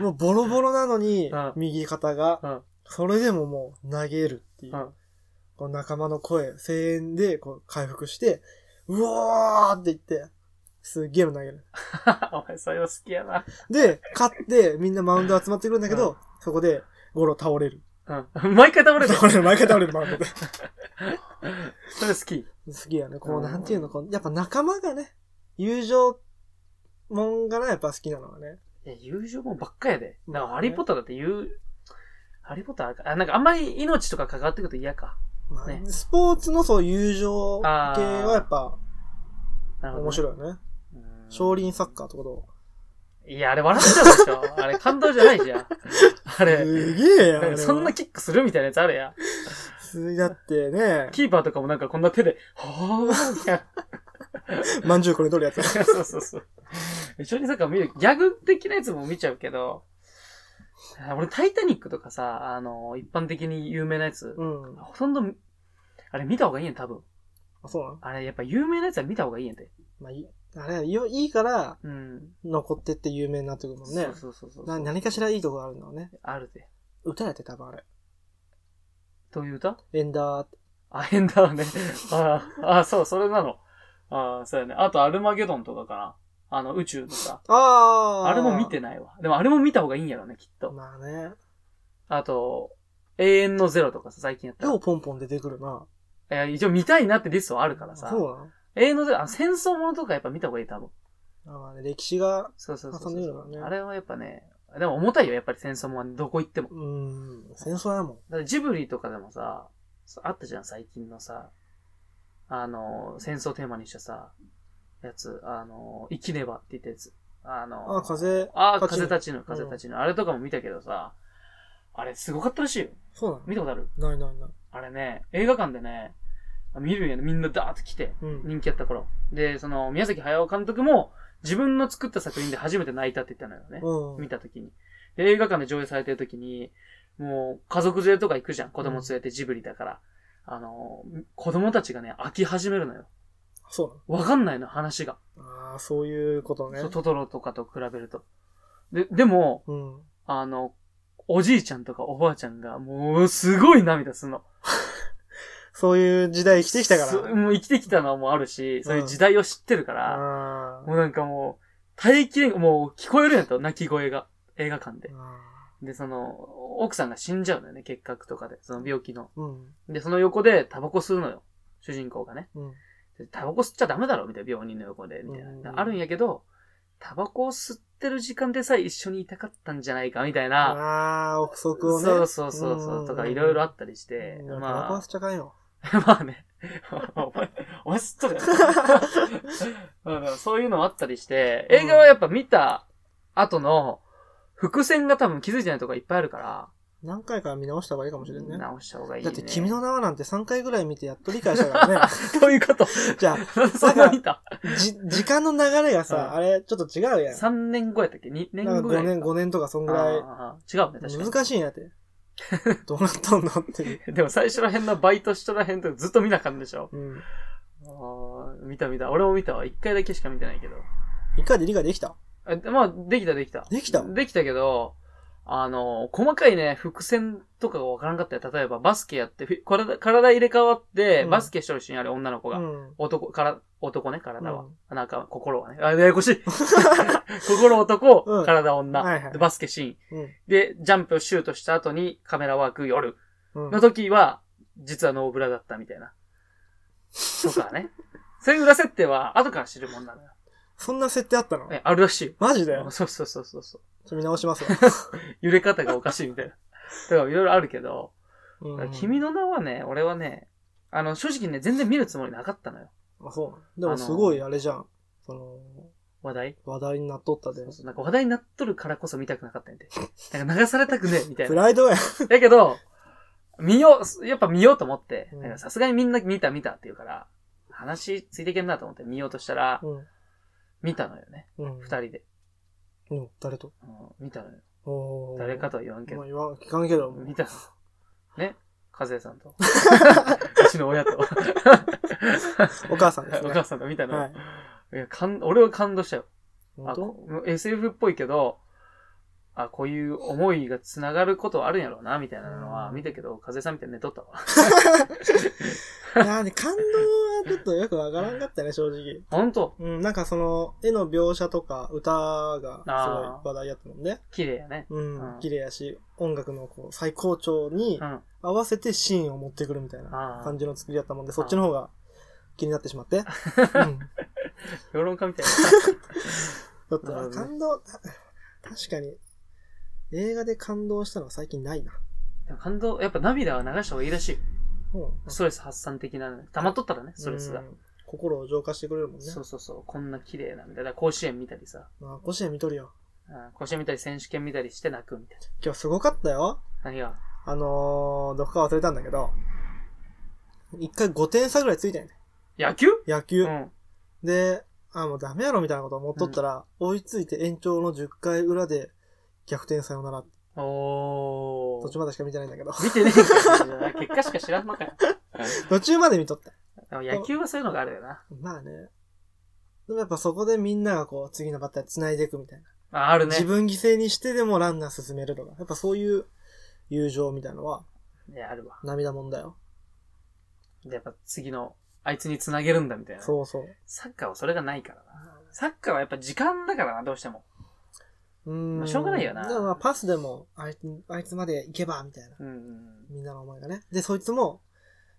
Speaker 2: う、もうボロボロなのに
Speaker 1: うん、
Speaker 2: 右肩
Speaker 1: う
Speaker 2: が
Speaker 1: ん、
Speaker 2: それでももう投げるっていうう、
Speaker 1: ん。
Speaker 2: この仲間の声、声援でこう回復して、うおーって言って、すっげえの投げる。
Speaker 1: お前、それは好きやな。
Speaker 2: で、勝って、みんなマウンド集まってくるんだけど、そこで、ゴロ倒れる。
Speaker 1: うん。毎回倒れて
Speaker 2: 倒
Speaker 1: る。
Speaker 2: れ る、毎回倒れるマウンドで。
Speaker 1: それ好き。
Speaker 2: 好きやね。こ
Speaker 1: う
Speaker 2: う、
Speaker 1: ん
Speaker 2: なんていうの、こうやっぱ仲間がね、友情もんがな、やっぱ好きなのはね。
Speaker 1: いや、友情もんばっかやで。なんか、ハリーポッターだって言う、ハリーポッターあれかあ、なんかあんまり命とか関わってくると嫌か。
Speaker 2: まあ
Speaker 1: ね
Speaker 2: スポーツのそう友情系
Speaker 1: あー
Speaker 2: はやっぱ
Speaker 1: なるほどね。
Speaker 2: 面白いよね。
Speaker 1: うん
Speaker 2: 少林サッカーってこと。
Speaker 1: いや、あれ笑っちゃうでしょ。あれ感動じゃないじゃん。あれ、
Speaker 2: すげえやんあれは。
Speaker 1: そんなキックするみたいなやつあるやん。
Speaker 2: すだってね、
Speaker 1: キーパーとかもなんかこんな手で、はぁーみたい
Speaker 2: まんじゅうこれ取るやつ。
Speaker 1: な。そうそうそう。一緒にサッカー見る。ギャグ的なやつも見ちゃうけど、あ俺タイタニックとかさ、あの、一般的に有名なやつ、
Speaker 2: うん。
Speaker 1: ほとんど、あれ見た方がいいねん、多分。
Speaker 2: あそうなの
Speaker 1: あれ、やっぱ有名なやつは見た方がいいねんて。
Speaker 2: まあいい。あれ、よいいから
Speaker 1: うん。
Speaker 2: 残ってって有名になってくるもんね
Speaker 1: そう。そうそうそう。
Speaker 2: な何かしらいいとこがあるんだろうね。
Speaker 1: あるで。
Speaker 2: 歌やって多分あれ。
Speaker 1: どういう歌
Speaker 2: エンダーって。
Speaker 1: あ、変だわね。ああ、あそう、それなの。ああ、そうやね。あと、アルマゲドンとかかな。あの、宇宙のさ。
Speaker 2: あー。
Speaker 1: あれも見てないわ。でも、あれも見た方がいいんやろね、きっと。
Speaker 2: まあね。
Speaker 1: あと、永遠のゼロとかさ、最近やった
Speaker 2: よ
Speaker 1: ら。
Speaker 2: うポンポン出てくるな。
Speaker 1: いや、一応見たいなってリストはあるからさ
Speaker 2: そ。うなの
Speaker 1: 永遠のゼロ、あ戦争ものとかやっぱ見た方がいい、多分。
Speaker 2: あまあね、歴史が、
Speaker 1: そうそうそうそう
Speaker 2: あそういうのはね
Speaker 1: あれはやっぱね、でも重たいよ、やっぱり戦争ものはどこ行っても。
Speaker 2: うーん、戦争やもん。
Speaker 1: だからジブリとかでもさ、そうあったじゃん、最近のさ、あの、戦争テーマにしたさ、やつ、あの、生きねばって言ったやつ。あの、
Speaker 2: あ、風、
Speaker 1: あー
Speaker 2: 立ちぬ
Speaker 1: 風立ちぬ、風立ちぬ。あれとかも見たけどさ、あれすごかったらしいよ。
Speaker 2: そう
Speaker 1: 見たことある
Speaker 2: なのないないない。
Speaker 1: あれね、映画館でね、見るんやね、みんなダーって来て、
Speaker 2: うん。
Speaker 1: 人気やった頃。で、その、宮崎駿監督も、自分の作った作品で初めて泣いたって言ったのよね。
Speaker 2: うん。
Speaker 1: 見たときに。で映画館で上映されてるときに、もう家族連れとか行くじゃん。子供連れてジブリだから。あの、子供たちがね、飽き始めるのよ。
Speaker 2: そ
Speaker 1: わかんないの、話が。
Speaker 2: うなの。ああ、そういうことね
Speaker 1: そう。トトロとかと比べると。で、でも、
Speaker 2: うん。
Speaker 1: あの、おじいちゃんとかおばあちゃんが、もう、すごい涙すんの。
Speaker 2: そういう時代生きてきたか
Speaker 1: すもう生きてきたのもあるし、そういう時代を知ってるから、
Speaker 2: ら。あー
Speaker 1: もうなんかもう、体験、もう聞こえるんやと、泣き声が。映画館で。
Speaker 2: あ
Speaker 1: で、その、奥さんが死んじゃうんだよね、結核とかで。その病気の。
Speaker 2: ー。うん。
Speaker 1: で、その横でタバコ吸うのよ。主人公がね。
Speaker 2: うん。
Speaker 1: でタバコ吸っちゃダメだろみたいな、病人の横で、みたい
Speaker 2: うんうんう
Speaker 1: な。
Speaker 2: ん
Speaker 1: あるんやけど、タバコを吸ってる時間でさえ一緒にいたかったんじゃないか、みたいな。
Speaker 2: ああ、憶測
Speaker 1: そ
Speaker 2: を
Speaker 1: う
Speaker 2: ね。
Speaker 1: そうそうそうう、
Speaker 2: ん
Speaker 1: とかいろいろあったりして、
Speaker 2: うんタバコは
Speaker 1: ま
Speaker 2: 吸っちゃかんよ。
Speaker 1: あ、 まあね。お前、お前吸っとる やんうんそういうのもあったりして、映画はやっぱ見た後の伏線が多分気づいてないとこがいっぱいあるから、
Speaker 2: 何回か見直した方がいいかもしれんね。
Speaker 1: 直した方がいい、
Speaker 2: だ
Speaker 1: ね。
Speaker 2: って君 の名はなんて3回ぐらい見てやっと理解したからね。
Speaker 1: どういう こと
Speaker 2: じゃ
Speaker 1: そんな見た
Speaker 2: あ、じ、時間の流れが
Speaker 1: うん
Speaker 2: さ、あれ、ちょっと違うやん。
Speaker 1: 3年後やったっけ ?2 年
Speaker 2: なん
Speaker 1: 後
Speaker 2: か
Speaker 1: ぐら
Speaker 2: 5
Speaker 1: いか。
Speaker 2: 年、5年とかそんぐ
Speaker 1: あ
Speaker 2: らい。
Speaker 1: あああ違うね、確かに。
Speaker 2: 難しいんやって。どうなったんだっていう。
Speaker 1: でも最初ら辺のバイトしたら辺とかずっと見なあかんでしょ
Speaker 2: うん。
Speaker 1: ああ見た見た。俺も見たわ。一回だけしか見てないけど。
Speaker 2: 一回で理解できた
Speaker 1: あでまあ、できたできた。
Speaker 2: できた
Speaker 1: できたけど、あの、細かいね、伏線とかがわからんかったよ。例えばバスケやって、ふ体体入れ替わって、
Speaker 2: うん
Speaker 1: バスケしてるシーンある女の子が。
Speaker 2: うん。
Speaker 1: 男、から、男ね、体は。
Speaker 2: うん
Speaker 1: なんか、心はね。あ、ややこしい。 心男、
Speaker 2: うん
Speaker 1: 体女、
Speaker 2: はいはい
Speaker 1: でバスケシーン。
Speaker 2: うん。
Speaker 1: で、ジャンプをシュートした後にカメラワーク夜
Speaker 2: うん
Speaker 1: の時は、実はノーブラだったみたいな。とかね。 そういう裏設定は後から知るもんなのよ。
Speaker 2: そんな設定あったの
Speaker 1: えあるらしいよ。
Speaker 2: マジで
Speaker 1: そうそうそうそうそう。
Speaker 2: と見直し ますよ。
Speaker 1: 揺れ方がおかしいみたいな。とか、いろいろあるけど、
Speaker 2: うん
Speaker 1: 君の名はね、俺はね、あの、正直ね、全然見るつもりなかったのよ。
Speaker 2: あそうなんでもすごいあれじゃん。その、
Speaker 1: 話題。
Speaker 2: 話題になっとったで
Speaker 1: そう。そうなんか話題になっとるからこそ見たくなかったんで。なんか流されたくねえ、みたい
Speaker 2: プ
Speaker 1: な。
Speaker 2: ライドや。
Speaker 1: だけど、見よう、やっぱ見ようと思って、
Speaker 2: うん
Speaker 1: なんかさすがにみんな見た見たって言うから、話ついていけんなと思って見ようとしたら、
Speaker 2: うん。
Speaker 1: 見たのよね。
Speaker 2: うん。
Speaker 1: 二人で。
Speaker 2: うん、誰と。
Speaker 1: うん、見たのよ。
Speaker 2: おー
Speaker 1: 誰かとは言わんけ
Speaker 2: ま
Speaker 1: ど
Speaker 2: あ、。言わん、聞かんけど。
Speaker 1: 見たの。ね。和江さん と。うちの親と。
Speaker 2: お母さんです
Speaker 1: お
Speaker 2: ね。
Speaker 1: 母さんと見たのよ。
Speaker 2: はい。
Speaker 1: いや、かん、俺は感動したよ。あ
Speaker 2: 本当
Speaker 1: こ SF っぽいけど、あ、こういう思いがつながることはあるんやろうな、みたいなのは
Speaker 2: うん
Speaker 1: 見たけど、風さんみたいに寝とったわ。
Speaker 2: いやーね、感動はちょっとよくわからんかったね、正直。
Speaker 1: ほんと、
Speaker 2: うん、なんかその、絵の描写とか歌が
Speaker 1: あー
Speaker 2: すごい話題やったもんね。
Speaker 1: 綺麗やね。
Speaker 2: う
Speaker 1: うんん、
Speaker 2: 綺麗やし、音楽のこう最高潮に
Speaker 1: うん。
Speaker 2: 合わせてシーンを持ってくるみたい
Speaker 1: あ
Speaker 2: な
Speaker 1: ー
Speaker 2: 感じの作りやったもんで、そっちの方が気になってしま って。うん
Speaker 1: 評論家みたい
Speaker 2: だった
Speaker 1: なる
Speaker 2: ら
Speaker 1: ほどね
Speaker 2: 感動、あ確かに、映画で感動したのは最近ないな。
Speaker 1: な。 でも感動、やっぱ涙は流した方がいいらしい。
Speaker 2: うん
Speaker 1: ストレス発散的な、溜まっとったらね、ストレスが
Speaker 2: う。ん心を浄化してくれるもんね。
Speaker 1: そうそうそう、こんな綺麗な、みたいな。甲子園見たりさ、
Speaker 2: まあ、甲子園見とるよ。
Speaker 1: うん甲子園見たり選手権見たりして泣くみたいな。
Speaker 2: 今日すごかったよ。
Speaker 1: 何が
Speaker 2: あのー、どこか忘れたんだけど、一回5点差ぐらいついたんやね。
Speaker 1: 野球
Speaker 2: 野
Speaker 1: う
Speaker 2: 球。
Speaker 1: ん。
Speaker 2: で、あ、もうダメやろみたいなこと思っとったら、追いついて延長の10回裏で逆転サヨナラ。
Speaker 1: お
Speaker 2: 途中
Speaker 1: ー。
Speaker 2: までしか見てないんだけど。
Speaker 1: 見てねえから 結果しか知らんのかよ。
Speaker 2: 途中まで見とった。
Speaker 1: でも野球はそういうのがあるよな。
Speaker 2: まあね。でもやっぱそこでみんながこう、次のバッターに繋いでいくみたいな。
Speaker 1: あ、あるね。
Speaker 2: 自分犠牲にしてでもランナー進めるとか。やっぱそういう友情みたいのはい
Speaker 1: や、あるわ。
Speaker 2: 涙もんだよ。
Speaker 1: で、やっぱ次の、あいつに繋げるんだみたいな。
Speaker 2: そうそう。
Speaker 1: サッカーはそれがないからな。サッカーはやっぱ時間だからな、どうしても。
Speaker 2: うーん。
Speaker 1: まあしょうがないよな
Speaker 2: だからまあパスでも、あいつ、あいつまで行けば、みたいな。
Speaker 1: うんうん
Speaker 2: みんなの思いがね。で、そいつも、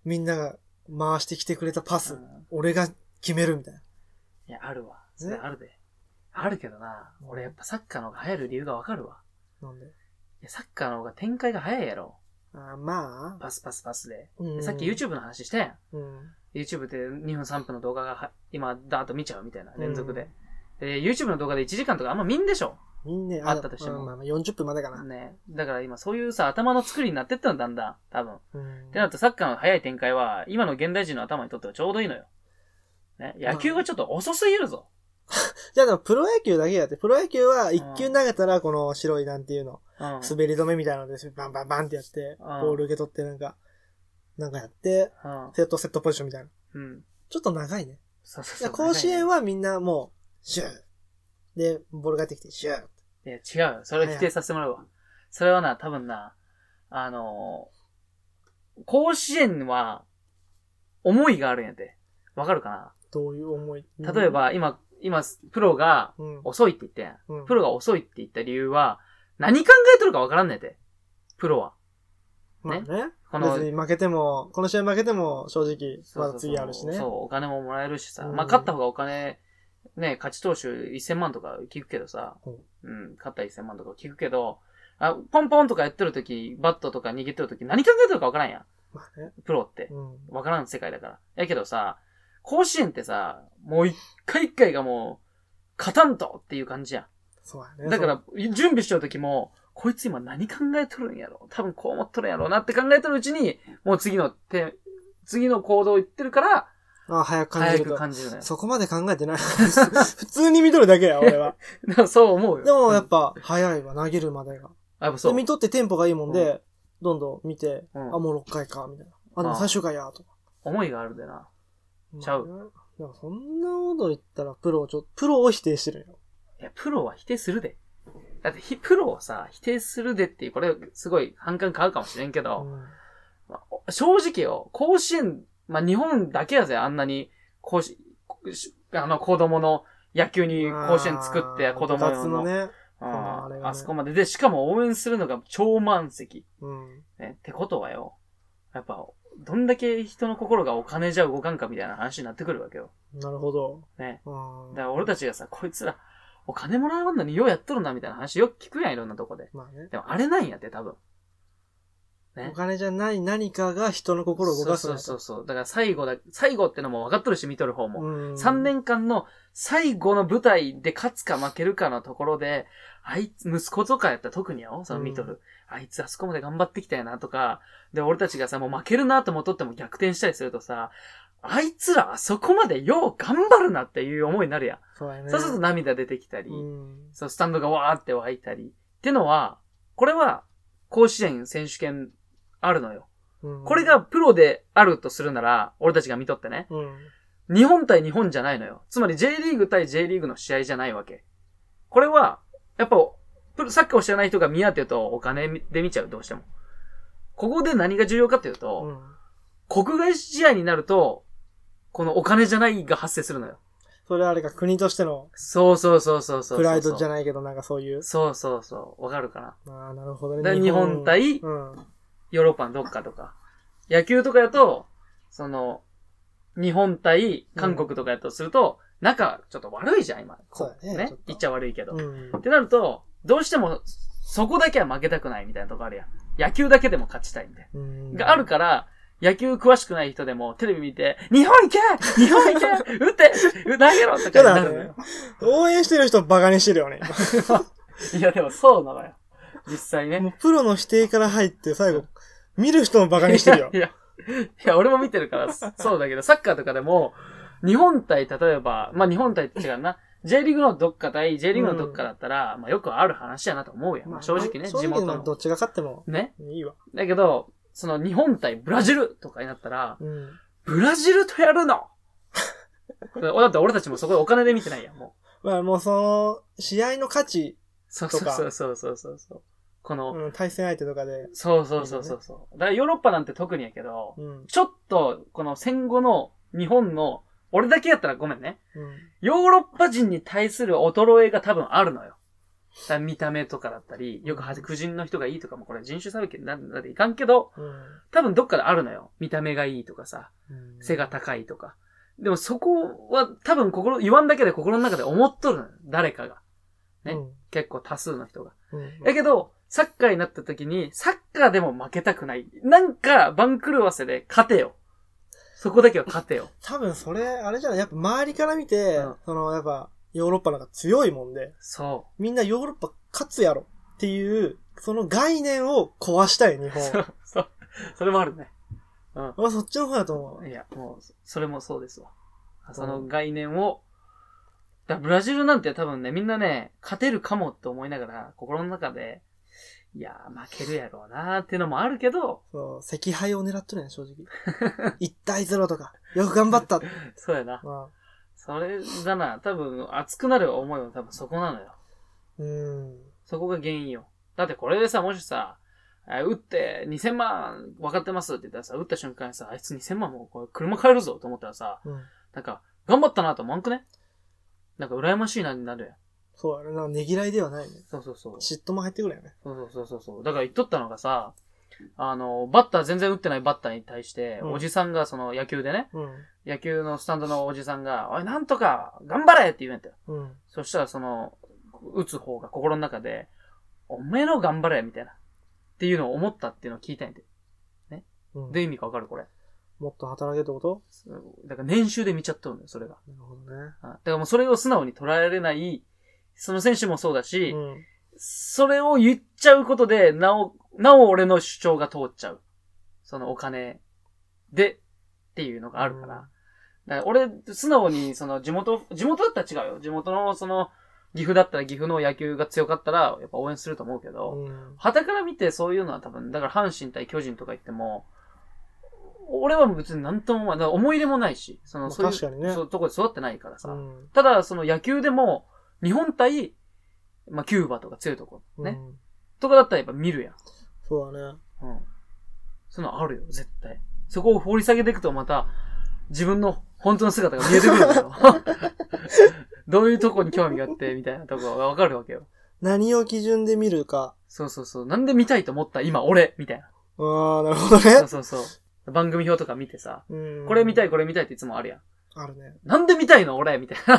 Speaker 2: みんなが回してきてくれたパ
Speaker 1: う
Speaker 2: ス、
Speaker 1: ん。
Speaker 2: 俺が決めるみたいな。
Speaker 1: いや、あるわ。それあるで。あるけどな。俺やっぱサッカーの方が流行る理由がわかるわ。
Speaker 2: なんで。
Speaker 1: いや、サッカーの方が展開が早いやろ。
Speaker 2: あーまあ、
Speaker 1: パスパスパスで。
Speaker 2: う
Speaker 1: で
Speaker 2: ん
Speaker 1: さっき YouTube の話したやん。
Speaker 2: うん。
Speaker 1: YouTube で2分3分の動画がは今、だーっと見ちゃうみたいな、連続で。で、YouTube の動画で1時間とかあんま見んでしょ。
Speaker 2: みんな、
Speaker 1: あったとしても
Speaker 2: うんまあまあ40分までかな。
Speaker 1: ね。だから今そういうさ、頭の作りになってったの、だんだん。多分。
Speaker 2: うん
Speaker 1: ってなるとサッカーの早い展開は、今の現代人の頭にとってはちょうどいいのよ。ね、野球がちょっと遅すぎるぞ。
Speaker 2: じゃあでもプロ野球だけやって、プロ野球は1球投げたらこの白いなんていうの、
Speaker 1: うん。
Speaker 2: 滑り止めみたいなのでバンバンバンってやって、
Speaker 1: うん
Speaker 2: ボール受け取ってなんか、なんかやって、
Speaker 1: うん
Speaker 2: セットセットポジションみたいな。
Speaker 1: うん。
Speaker 2: ちょっと長いね。
Speaker 1: そうそう
Speaker 2: い
Speaker 1: そ
Speaker 2: や
Speaker 1: う。
Speaker 2: 甲子園
Speaker 1: は
Speaker 2: はみんなもう、シューで、ボールがってきて、シュー
Speaker 1: いや、違うよ。それを否定させてもらうわ。それはな、多分な、あのー甲子園は、思いがあるんやて。わかるか
Speaker 2: どういう思い
Speaker 1: な例え、ば、今、今、プロが
Speaker 2: うん。
Speaker 1: 遅いって言ってん。
Speaker 2: うん
Speaker 1: プロが遅いって言った理由は、何考えとるかわからんねんて。プロは。
Speaker 2: まあね。
Speaker 1: この
Speaker 2: 別に負けても、この試合負けても正直、
Speaker 1: そうそうそう
Speaker 2: まだ次あるしね。
Speaker 1: そう、お金ももらえるしさ。
Speaker 2: うん
Speaker 1: まあ、勝った方がお金、ね、勝ち投手1000万とか聞くけどさ。
Speaker 2: ほ
Speaker 1: うん、勝った1000万とか聞くけど、あ、ポンポンとかやってるとき、バットとか握ってるとき、何考えてるかわからんやん。
Speaker 2: まあね。
Speaker 1: プロって
Speaker 2: う。ん。
Speaker 1: わからん世界だから。やけどさ、甲子園ってさ、もう一回一回がもう、勝たんとっていう感じや
Speaker 2: そうや
Speaker 1: ん。
Speaker 2: ね。
Speaker 1: だから、準備しちゃうときも、こいつ今何考えとるんやろ多分こう思っとるんやろなって考えとるうちに、もう次の手、次の行動行ってるから、
Speaker 2: そう。あ早く感
Speaker 1: 早
Speaker 2: じる
Speaker 1: く
Speaker 2: と。
Speaker 1: 感じるのよ。
Speaker 2: そこまで考えてない。 普通に見とるだけや、俺は。
Speaker 1: だからそう思うよ。
Speaker 2: でもやっ
Speaker 1: ぱ、
Speaker 2: ぱ、早いわ、投げるまでが。
Speaker 1: やっぱそ
Speaker 2: で、
Speaker 1: う。
Speaker 2: 見とってテンポがいいもん
Speaker 1: う
Speaker 2: で、どんどん見て、
Speaker 1: う
Speaker 2: あ、
Speaker 1: ん
Speaker 2: もう6回か、みたいな。あ、で
Speaker 1: あ
Speaker 2: も
Speaker 1: あ
Speaker 2: 最終回や、とか。
Speaker 1: 思いがあるでな。ちゃう
Speaker 2: まあね。でもそんなこと言ったら、プロをちょ、プロを否定してるよ。
Speaker 1: いや、プロは否定するで。だってひ、プロをさ、否定するでっていう、これ、すごい反感買うかもしれんけど、
Speaker 2: うん
Speaker 1: まあ正直よ、甲子園、まあ、日本だけやぜ、あんなに、甲子、しあの、子供の野球に甲子園作って、
Speaker 2: あー
Speaker 1: 子供
Speaker 2: 部活
Speaker 1: 用の。
Speaker 2: のね。
Speaker 1: う
Speaker 2: のあれが
Speaker 1: ん
Speaker 2: ね
Speaker 1: あそこまで。で、しかも応援するのが超満席。
Speaker 2: うん。
Speaker 1: ね、ってことはよ、やっぱ、どんだけ人の心がお金じゃ動かんかみたいな話になってくるわけよ。
Speaker 2: なるほど。
Speaker 1: ね。
Speaker 2: うん
Speaker 1: だから俺たちがさ、こいつら、お金もらえんのにようやっとるな、みたいな話よく聞くやん、いろんなとこで。
Speaker 2: まあね。
Speaker 1: でも、あれないんやって、多分。ね
Speaker 2: お金じゃない何かが人の心を動かす
Speaker 1: そ
Speaker 2: の
Speaker 1: うそうそうそう。だから最後だ、最後ってのも分かっとるし、見とる方も。
Speaker 2: う
Speaker 1: 3年間の最後の舞台で勝つか負けるかのところで、あいつ、息子とかやったら特にやろその見とる。あいつあそこまで頑張ってきたよなとか、で、俺たちがさ、もう負けるなと思っとっても逆転したりするとさ、あいつらあそこまでよう頑張るなっていう思いになるやん。
Speaker 2: そうやね。
Speaker 1: そうすると涙出てきたり、
Speaker 2: うん
Speaker 1: そう、スタンドがわーって湧いたり。ってのは、これは、甲子園選手権あるのよ。
Speaker 2: うん
Speaker 1: これが、プロであるとするなら、俺たちが見とってね。
Speaker 2: うん。
Speaker 1: 日本対日本じゃないのよ。つまり J リーグ対 J リーグの試合じゃないわけ。これは、やっぱ、プロサッカーを知らない人が見合ってるとお金で見ちゃう、どうしても。ここで何が重要かという
Speaker 2: う
Speaker 1: と、
Speaker 2: ん
Speaker 1: 国外試合になると、このお金じゃないが発生するのよ。
Speaker 2: それはあれか、国としての
Speaker 1: そうそうそうそうそうそう。
Speaker 2: プライドじゃ
Speaker 1: ない
Speaker 2: ないけど、なんかそういう。
Speaker 1: そうそうそう。わかるかな
Speaker 2: ああ、なるほど
Speaker 1: で
Speaker 2: ね。
Speaker 1: 日本対
Speaker 2: うん。
Speaker 1: ヨーロッパのどっかとか。野球とかやと、その、日本対韓国とかやとすると、仲ちょっと悪いじゃん、今。
Speaker 2: そうだね
Speaker 1: ね
Speaker 2: ちょっと
Speaker 1: 言っちゃ悪いけど。
Speaker 2: うん
Speaker 1: ってなると、どうしても、そこだけは負けたくないみたいなとこあるやん。野球だけでも勝ちたいみたい
Speaker 2: うん。
Speaker 1: な。があるから、野球詳しくない人でもテレビ見て、日本行け日本行け打って投げろとかにな るのよ。
Speaker 2: 応援してる人をバカにしてるよ ね。
Speaker 1: いや、でもそうなのよ。実際ね。
Speaker 2: もうプロの否定から入って、最後、見る人もバカにしてるよ
Speaker 1: い。や、いやいや、俺も見てるから、そ そうだけど、サッカーとかでも、日本対、例えば、まあ日本対って違うな。J リーグのどっか対 J リーグのどっかだったら、まあよくある話やなと思うやん。 まあ、正直ね、
Speaker 2: 正
Speaker 1: 地元
Speaker 2: まあど
Speaker 1: の。
Speaker 2: っちが勝っても
Speaker 1: ね。
Speaker 2: いいわ。
Speaker 1: だけど、その日本対ブラジルとかになったら、
Speaker 2: うん。
Speaker 1: ブラジルとやるの だって俺たちもそこでお金で見てないやん、もう。
Speaker 2: まあもうその、試合の価値、
Speaker 1: そう
Speaker 2: と
Speaker 1: そう
Speaker 2: か
Speaker 1: そうそうそうそうそう。この、
Speaker 2: うん、対戦相手とかで。
Speaker 1: そうそうそうそうそう。だからヨーロッパなんて特にやけど、
Speaker 2: うん。うん。
Speaker 1: ちょっと、この戦後の日本の、俺だけやったらごめんね。ヨーロッパ人に対する衰えが多分あるのよ。だから見た目とかだったり、よく白人の人がいいとかもこれ人種差別になんだっていかんけど、多分どっかであるのよ。見た目がいいとかさ。
Speaker 2: うん
Speaker 1: 背が高いとか。でもそこは多分心、言わんだけで心の中で思っとるのよ誰かが。ね
Speaker 2: うん
Speaker 1: 結構多数の人が。
Speaker 2: うん
Speaker 1: だけど、サッカーになった時に、サッカーでも負けたくない。なんか、番狂わせで勝てよ。そこだけは勝てよ。
Speaker 2: 多分それ、あれじゃないやっぱ周りから見て、
Speaker 1: うん
Speaker 2: その、やっぱ、ヨーロッパなんか強いもんで、
Speaker 1: そ
Speaker 2: みんなヨーロッパ勝つやろっていう、その概念を壊したい、日
Speaker 1: う。
Speaker 2: 本。
Speaker 1: そう、そう。それもあるね。
Speaker 2: 俺はそっちの方だと思う。
Speaker 1: いや、もう、それもそうですわ。その概念を、だからブラジルなんて多分ね、みんなね、勝てるかもって思いながら、心の中で、いやー、負けるやろうなーっていうのもあるけど、
Speaker 2: そう、赤敗を狙っとるやん、正直。1対0とか、よく頑張った。
Speaker 1: そうやな。
Speaker 2: まあ、
Speaker 1: それだな。多分、熱くなる思いは多分そこなのよ。
Speaker 2: うん。
Speaker 1: そこが原因よ。だってこれでさ、もしさ、えー打って2000万分かってますって言ったらさ、打った瞬間にさ、あいつ2000万もうこれ車買えるぞと思ったらさ、
Speaker 2: うん。
Speaker 1: なんか、頑張ったなと思わんくねなんか羨ましいなになるやん。
Speaker 2: そうやね。なんかねぎらいではないね。
Speaker 1: そうそうそう。
Speaker 2: 嫉妬も入ってくるよね。
Speaker 1: そうそうそうそう。だから言っとったのがさ、あの、バッター全然打ってないバッターに対して、
Speaker 2: うん
Speaker 1: おじさんがその野球でね、
Speaker 2: う
Speaker 1: 野球のスタンドのおじさんが、おい、なんとか、頑張れって言うんやったよ。
Speaker 2: ん。うん。
Speaker 1: そしたらその、打つ方が心の中で、おめえの頑張れみたいな。っていうのを思ったっていうのを聞いたんやて。
Speaker 2: う
Speaker 1: ど
Speaker 2: ん、
Speaker 1: ういう意味かわかるこれ。
Speaker 2: もっと働けってこと
Speaker 1: そうだから年収で見ちゃっとるんだよ、それが。
Speaker 2: なるほどね。
Speaker 1: あだからもうそれを素直に捉えられない、その選手もそうだし、
Speaker 2: うん。
Speaker 1: それを言っちゃうことで、なお、なお俺の主張が通っちゃう。そのお金でっていうのがあるから。
Speaker 2: うん
Speaker 1: だから俺、素直にその地元、地元だったら違うよ。地元のその、岐阜だったら岐阜の野球が強かったら、やっぱ応援すると思うけど、
Speaker 2: うん。
Speaker 1: 旗から見てそういうのは多分、だから阪神対巨人とか言っても、俺は別に何とも思わないだから思い入れもないし、その、
Speaker 2: まあ
Speaker 1: そういう、
Speaker 2: 確かにね
Speaker 1: そういうとこで育ってないからさ。
Speaker 2: うん
Speaker 1: ただ、その野球でも、日本対、まあ、キューバとか強いとこ、ね。
Speaker 2: うん
Speaker 1: とかだったらやっぱ見るやん。
Speaker 2: そうだね。
Speaker 1: うん。そういうのあるよ、絶対。そこを掘り下げていくとまた、自分の本当の姿が見えてくるの よ。どういうとこに興味があって、みたいなとこがわかるわけよ。
Speaker 2: 何を基準で見るか。
Speaker 1: そうそうそう。なんで見たいと思った今、俺みたいな。
Speaker 2: ああ、なるほど
Speaker 1: そう
Speaker 2: ね。
Speaker 1: そうそう。番組表とか見てさ、
Speaker 2: うん。
Speaker 1: これ見たい、これ見たいっていつもあるやん。
Speaker 2: あるね。
Speaker 1: なんで見たいの俺みたいな。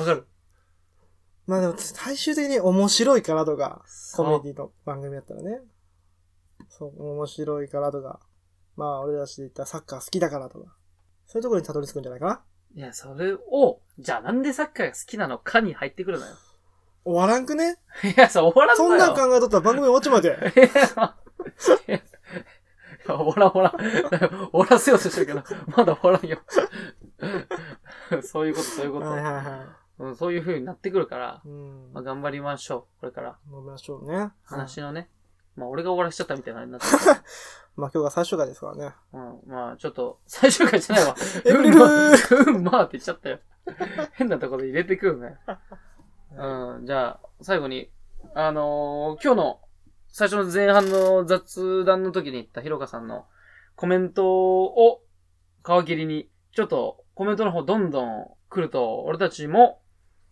Speaker 1: わかる
Speaker 2: まあでも、最終的に面白いからとか、コ
Speaker 1: そう
Speaker 2: メディの番組だったらね。そう、面白いからとか、まあ俺らしで言ったらサッカー好きだからとか、そういうところにたどり着くんじゃないかない
Speaker 1: や、それを、じゃあなんでサッカーが好きなのかに入ってくるのよ。
Speaker 2: 終わらんくね
Speaker 1: いや、そう、終わらんの
Speaker 2: そん
Speaker 1: よ。
Speaker 2: なん考えとったら番組終わっちまうて。
Speaker 1: いやいや、ほらほら、終わらせようとしてるけど、まだ終わらんよ。 そういうこと、そういうこ
Speaker 2: はいはい
Speaker 1: と。
Speaker 2: は
Speaker 1: うん、そういう風になってくるから
Speaker 2: い。、うん。
Speaker 1: まあ、
Speaker 2: 飲
Speaker 1: 頑張りましょう、これから。
Speaker 2: みましょうね。
Speaker 1: 話
Speaker 2: は
Speaker 1: の
Speaker 2: い
Speaker 1: ね、まあ、俺が終わらしちゃったみたいなのになってる。
Speaker 2: まあ今日が最終回ですからね。
Speaker 1: うん、まあ、ちょっと、最終回じゃないわ。
Speaker 2: え
Speaker 1: う
Speaker 2: る
Speaker 1: ん、
Speaker 2: る
Speaker 1: ま
Speaker 2: ー
Speaker 1: あ、うん、まあって言っちゃったよ。変なところで入れてくるね。うん、じゃあ、最後に、あのー今日の、最初の前半の雑談の時に言ったひろかさんのコメントを皮切りに、ちょっとコメントの方どんどん来ると、俺たちも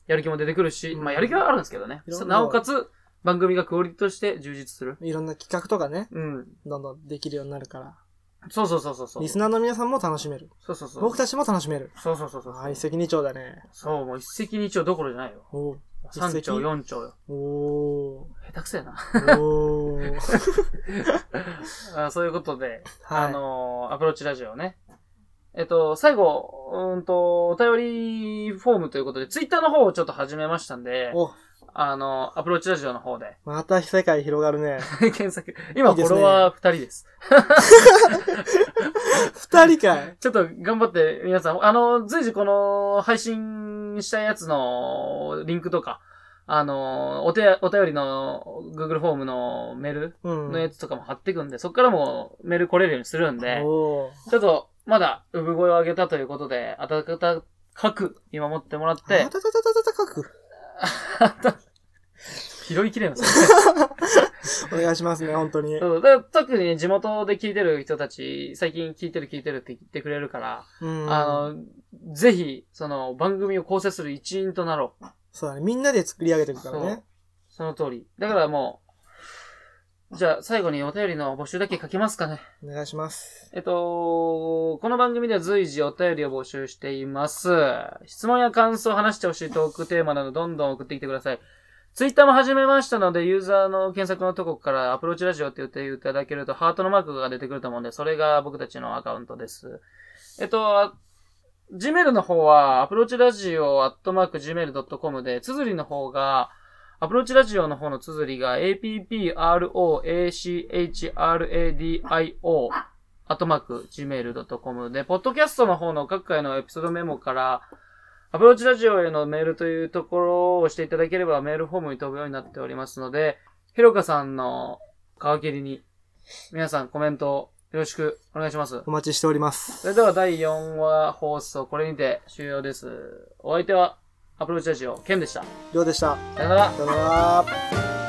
Speaker 1: やる気も出てくるし、
Speaker 2: うん
Speaker 1: まあやる気はあるんですけどね。
Speaker 2: いろんな
Speaker 1: なおかつ、番組がクオリティとして充実する。
Speaker 2: いろんな企画とかね、
Speaker 1: うん。
Speaker 2: どんどんできるようになるから、
Speaker 1: そうそうそうそうそう。
Speaker 2: リスナーの皆さんも楽しめる。
Speaker 1: そうそうそう。
Speaker 2: 僕たちも楽しめる。
Speaker 1: そうそうそうそう。
Speaker 2: はい、責任長だね。
Speaker 1: そう、もう一石二鳥どころじゃないよ。
Speaker 2: お一石
Speaker 1: 三鳥四鳥よ。
Speaker 2: おお
Speaker 1: 下手くせえな。
Speaker 2: ーお ー
Speaker 1: あそういうことで、
Speaker 2: はい。
Speaker 1: あのーアプローチラジオね。えっと、最後、うーんと、お便りフォームということで、ツイッターの方をちょっと始めましたんで、
Speaker 2: お、
Speaker 1: あのーアプローチラジオの方で、
Speaker 2: また世界広がるね。
Speaker 1: 検索、今
Speaker 2: いい
Speaker 1: フ
Speaker 2: で
Speaker 1: ォ
Speaker 2: すね
Speaker 1: ロワー2人です。
Speaker 2: 二人かい。
Speaker 1: ちょっと頑張って、皆さん、あの、随時この配信したやつのリンクとか、あの、お手、お便りの Google フォームのメール
Speaker 2: うん。
Speaker 1: のやつとかも貼ってくんで、そっからもメール来れるようにするんで、
Speaker 2: おー
Speaker 1: ちょっと、まだ、産声を上げたということで、温かく見守ってもらっ
Speaker 2: あ
Speaker 1: て
Speaker 2: た、たたたたたかく。
Speaker 1: 拾いきれます
Speaker 2: お願いしますね、本当に。
Speaker 1: そうだから特にね地元で聞いてる人たち、最近聞いてる聞いてるって言ってくれるから、
Speaker 2: うん。
Speaker 1: あの、ぜひ、その、番組を構成する一員となろう。
Speaker 2: そうだね。みんなで作り上げてるからね。
Speaker 1: その通り。だからもう、じゃあ最後にお便りの募集だけ書けますかね。
Speaker 2: お願いします。
Speaker 1: えっと、この番組では随時お便りを募集しています。質問や感想、話してほしいトークテーマなどどんどん送ってきてください。ツイッターも始めましたので、ユーザーの検索のとこからアプローチラジオって言っていただけると、ハートのマークが出てくると思うんで、それが僕たちのアカウントです。えっと、Gmail の方は、アプローチラジオアットマーク Gmail.com で、綴りの方が、アプローチラジオの方の綴りが approachradio アットマーク gmail.com で、ポッドキャストの方の各回のエピソードメモから、アプローチラジオへのメールというところを押していただければメールフォームに飛ぶようになっておりますので、ひろかさんの皮切りに、皆さんコメントをよろしくお願いします。
Speaker 2: お待ちしております。
Speaker 1: それでは第4話放送、これにて終了です。お相手は、アプローチラジオ、ケンでした。
Speaker 2: りょうでした。
Speaker 1: さよなら。
Speaker 2: さよなら。